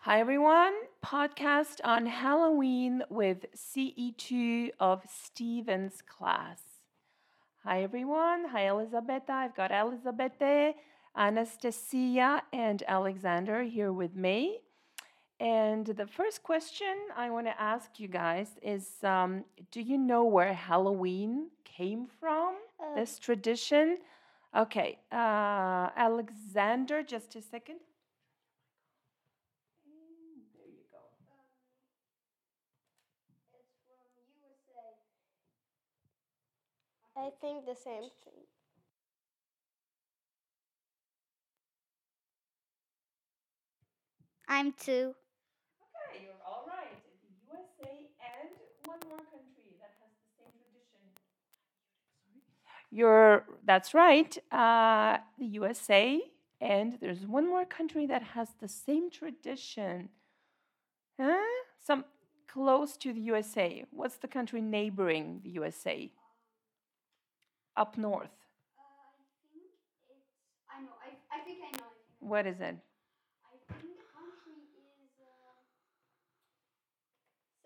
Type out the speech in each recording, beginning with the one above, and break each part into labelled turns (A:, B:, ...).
A: Hi, everyone. Podcast on Halloween with CE2 of Stevens class. Hi, everyone. Hi, Elisabetta. I've got Elisabetta, Anastasia, and Alexander here with me. And the first question I want to ask you guys is um, Do you know where Halloween came from?
B: Uh,
A: This tradition? Okay, uh, Alexander, just a second. There you go.
B: I think the same thing.
C: I'm two.
A: Okay, you're all right. The USA and one more country that has the same tradition. You're that's right. Uh, the USA and there's one more country that has the same tradition. Huh? Some close to the USA. What's the country neighboring the USA? Up north.
D: I know. I, I think I know.
A: What is it?
D: I think the country is uh,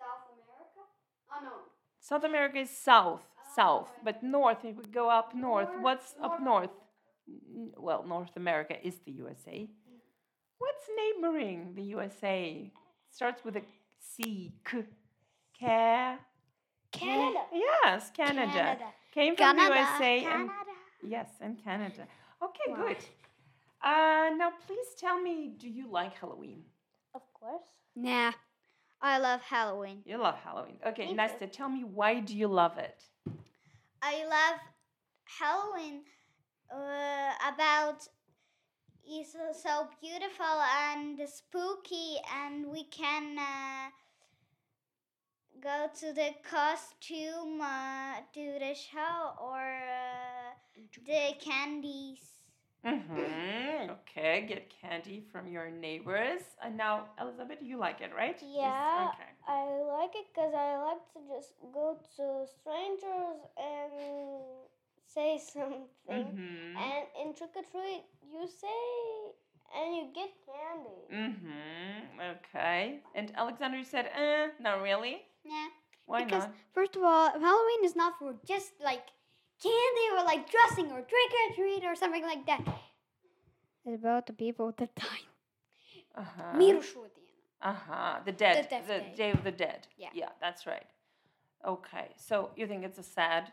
D: South America. Oh no.
A: South America is south, south,
D: Oh,
A: but north. If we go up north,
D: North-
A: what's up
D: North
A: north? N- Well, North America is the USA. What's neighboring the USA? Starts with a C. K. Ca-
B: Canada.
A: Yes, Canada. Came from the USA. And, yes, and Canada. Okay,
C: Wow.
A: good. Uh, now, please tell me, do you like Halloween?
B: Of course.
C: Nah. I love Halloween.
A: You love Halloween. Okay,
B: Me too.
A: Nesta, tell me why do you love it?
C: I love Halloween uh, about it's so- so beautiful and spooky, and we can uh, go to the costume, uh, do the show, or uh, the candies.
A: Mm-hmm. Okay, get candy from your neighbors. And now, Elizabeth, you like it, right? Yes,
B: Yeah.
A: Okay.
B: I like it because I like to just go to strangers and say something.
A: Mm-hmm.
B: And in trick or treat, you say and you get candy.
A: Mm-hmm. Okay. And Alexander, you said, eh, not really.
C: Nah.
A: Why
C: Because-
A: not?
C: First of all, Halloween is not for just like candy or like dressing or trick or treat or something like that. It's about the people that die.
A: Uh-huh.
C: Мирошутин.
A: Uh-huh. The dead.
C: The death day.
A: of the dead.
C: Yeah.
A: Yeah, that's right. Okay. So you think it's a sad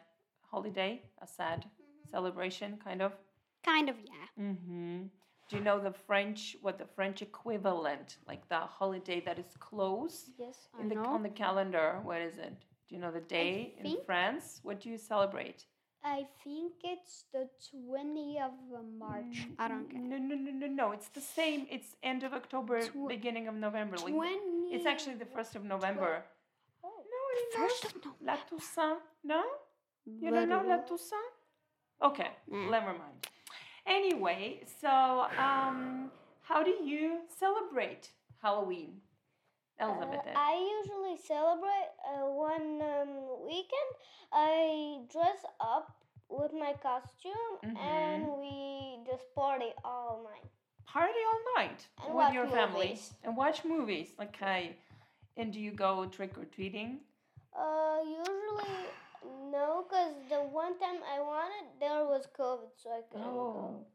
A: holiday? A sad celebration, kind of?
C: Kind of, Mm-hmm. yeah.
A: Mm-hmm. Do you know the French, what the French equivalent, like the holiday that is close?
B: Yes.
A: in the, on the calendar, what is it? Do you know the day in
C: think-
A: France? What do you celebrate?
C: I think it's the 20th of March. I don't care.
A: Mm, No, no, no, no, no. It's the same. It's end of October,
C: Tw-
A: beginning of November. Like,
C: 20.
A: it's actually the first of November.
B: Oh.
A: No, you know.
C: First of November.
A: La Toussaint. No, you don't know La Toussaint. Okay,
C: Nah.
A: never mind. Anyway, so um, how do you celebrate Halloween, Elizabeth?
B: Uh, I usually celebrate uh, one um, weekend. I dress up with my costume and
A: Mhm.
B: we just party all night.
A: party all night
B: And
A: with
B: watch
A: your family
B: movies.
A: and watch movies. Okay. And do you go trick or treating?
B: Uh, usually no, because the one time I wanted there was COVID, so I couldn't go.
A: Oh,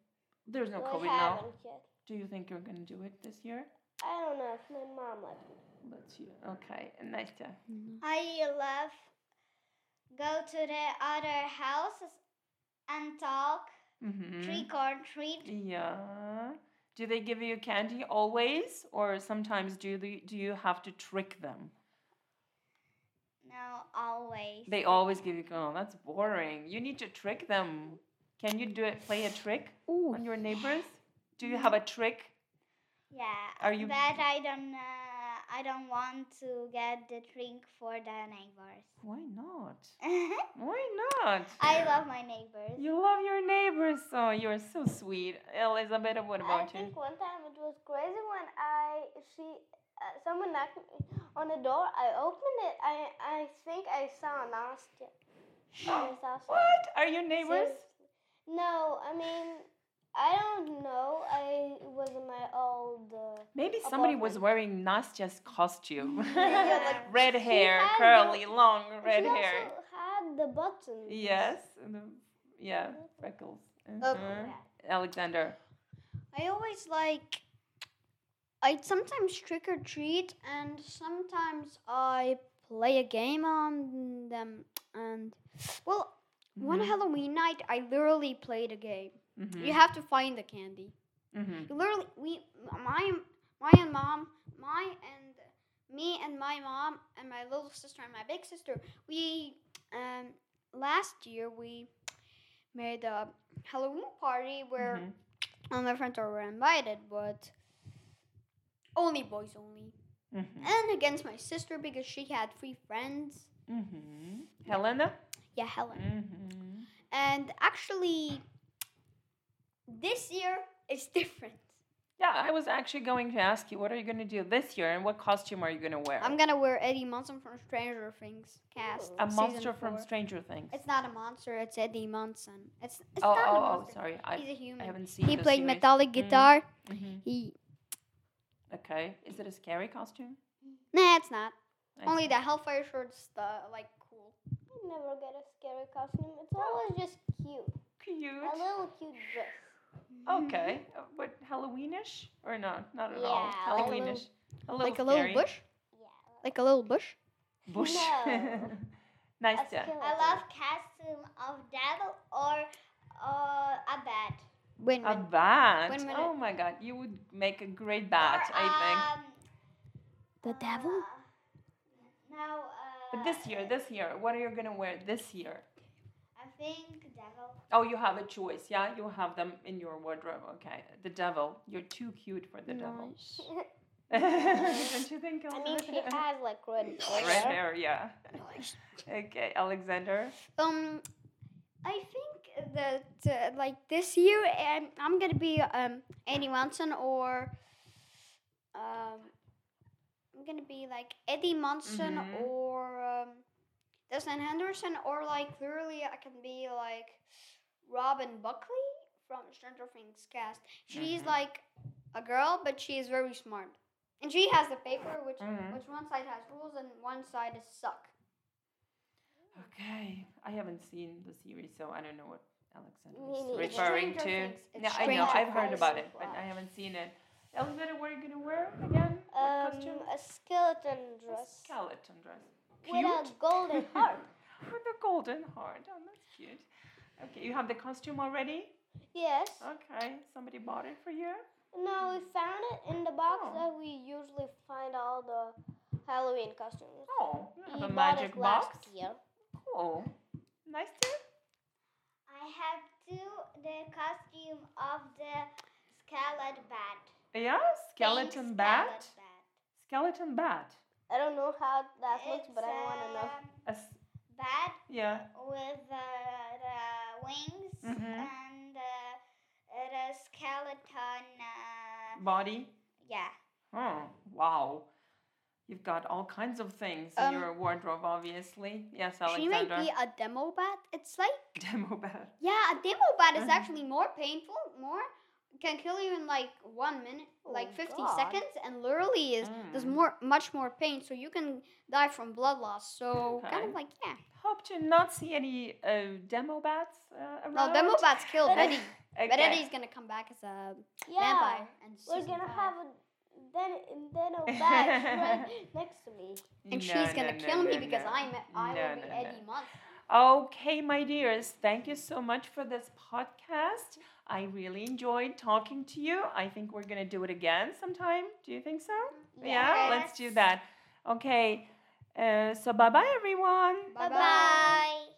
A: there's no
B: So
A: COVID
B: I
A: now.
B: haven't yet.
A: Do you think you're gonna do it this year?
B: I don't know if my mom let me.
A: Let's see. Okay, and Nesta.
C: I love go to the other houses and talk,
A: Mm-hmm.
C: trick or treat.
A: Yeah. Do they give you candy always, or sometimes do they, do you have to trick them?
C: No, always.
A: They always give you. Oh, that's boring. You need to trick them. Can you do it? Play a trick
C: Ooh.
A: on your neighbors? Do you have a trick?
C: Yeah.
A: Are you-
C: But I don't. Uh, I don't want to get the drink for the neighbors.
A: Why not? Why not?
C: I love my neighbors.
A: You love your neighbors, so you're so sweet. Elizabeth, what
B: I
A: about you?
B: think one time it was crazy when I she uh, someone knocked me on the door. I opened it. I I think I saw Nastya. I saw
A: What? Are your neighbors?
B: Seriously. No, I mean, I don't know. I it was in my old. Uh,
A: Maybe somebody was
B: Apartment.
A: wearing Nastya's costume.
B: Yeah, like,
A: red
B: she
A: hair,
B: had
A: curly,
B: the-
A: long red
B: she
A: hair.
B: also had the buttons.
A: Yes. and the- Yeah, freckles.
B: Oh,
A: Mhm. Alexander.
C: I always like. I sometimes trick or treat, and sometimes I play a game on them. And well, one
A: Mm-hmm.
C: Halloween night, I literally played a game. You have to find the candy.
A: hmm
C: You literally, we, my, my and mom, my and me and my mom and my little sister and my big sister. We um last year we made a Halloween party where.
A: Mm-hmm.
C: All my friends were invited, but only boys only.
A: Mm-hmm.
C: And against my sister because she had three friends.
A: hmm Helena?
C: Yeah, Helen.
A: hmm
C: And actually, this year is different.
A: Yeah, I was actually going to ask you, what are you going to do this year and what costume are you going to wear?
C: I'm gonna wear Eddie Munson from Stranger Things cast.
A: a
C: season
A: monster from
C: four.
A: Stranger Things.
C: It's not a monster. It's Eddie Munson. It's, it's
A: oh,
C: not a
A: oh, oh,
C: monster.
A: sorry. I,
C: He's a
A: I
C: human.
A: haven't seen
C: He
A: the
C: played Mm-hmm.
A: series. Mm-hmm.
C: metallic guitar.
A: Mhm.
C: He
A: Okay. Is it a scary costume?
C: nah, it's not.
A: I
C: Only
A: see.
C: the Hellfire shirt's the like cool.
B: I never get a scary costume. It's always just cute. A
A: Cute.
B: little cute dress.
A: Okay. Uh, But Halloweenish or no? Not at all.
B: Yeah, like a little-
A: Halloweenish. A little
C: Like a little
A: scary.
C: bush.
B: Yeah.
C: Like a little bush.
A: Bush.
B: No.
A: nice.
B: a
A: Yeah.
B: skeleton.
E: I love costume of dad or uh, a bat.
C: Wait a
A: A
C: minute.
A: bat.
C: Wait a minute.
A: Oh my god, you would make a great bat,
E: or,
A: I
E: um,
C: The
B: uh,
C: devil?
E: Now. Uh,
A: think. But this year, this year, what are you gonna wear this year?
E: I think devil.
A: Oh, you have a choice. Yeah, you have them in your wardrobe. Okay, the devil. You're too cute for the devil. Don't you think?
B: I mean, she
A: Elizabeth?
B: has like red hair.
A: Red hair. Yeah. Okay, Alexander.
C: Um, I think that uh, like this year, um, I'm gonna be um Andy Munson or um, I'm gonna be like Eddie Munson
A: Mhm.
C: or um, Dustin Henderson or like literally I can be like Robin Buckley from Stranger Things cast. She's
A: Mhm.
C: like a girl, but she is very smart, and she has the paper which
A: Mhm.
C: which one side has rules and one side is suck.
A: Okay, I haven't seen the series, so I don't know what
B: Me
A: Alexander
B: neither.
A: is referring
C: Stranger
A: to.
C: Things. It's
A: No, I know.
C: Stranger
A: I've heard
B: Things.
A: about it, but I haven't seen it. Alexander, what are you gonna wear again? What
B: Um,
A: costume?
B: a skeleton dress
A: Skeleton dress.
B: with a
A: Cute.
B: golden heart.
A: With a golden heart. Oh, that's cute. Okay, you have the costume already?
B: Yes.
A: Okay, somebody bought it for you?
B: No, we found it in the box
A: Oh.
B: that we usually find all the Halloween costumes.
A: Oh, you
B: We
A: have a
B: bought
A: magic
B: it last
A: box?
B: year.
A: Cool. Nice to
E: I have two the costume of the scarlet bat.
A: Yeah,
E: Pink
A: skeleton bat.
E: scarlet bat.
A: Skeleton bat.
B: I don't know how that looks,
E: It's,
B: but I want to know.
E: um,
A: A s-
E: Bat
A: yeah.
E: with uh, the wings
A: Mhm.
E: and uh, the skeleton. Uh,
A: Body.
E: yeah.
A: Oh, wow. You've got all kinds of things in
C: Um,
A: your wardrobe, obviously. Yes,
C: She might
A: Alexander.
C: be a demo bat. It's like
A: Demo bat.
C: Yeah, a demo bat is
A: Mhm.
C: actually more painful, more can kill you in like one minute,
B: Oh,
C: like fifty
B: God.
C: seconds, and literally is there's
A: Mm.
C: more, much more pain, so you can die from blood loss. So kind
A: Okay.
C: of like yeah,
A: Hope to not see any uh, demo bats uh, around.
C: no demo bats kill
B: But
C: Betty, but
A: Okay.
C: Eddie's gonna come back as a
B: Yeah.
C: vampire. And
B: We're
C: season
B: going to
C: five.
B: have a then then a bat right next to me.
C: and
A: No,
C: she's gonna
A: no,
C: kill
A: no,
C: me
A: no,
C: because
A: no.
C: I'm I
A: No,
C: will
A: no,
C: be
A: no.
C: Eddie Munson.
A: Okay, my dears, thank you so much for this podcast. I really enjoyed talking to you. I think we're going to do it again sometime. Do you think so? Yeah, let's do that. Okay, uh, so bye bye, everyone.
C: Bye
E: Bye.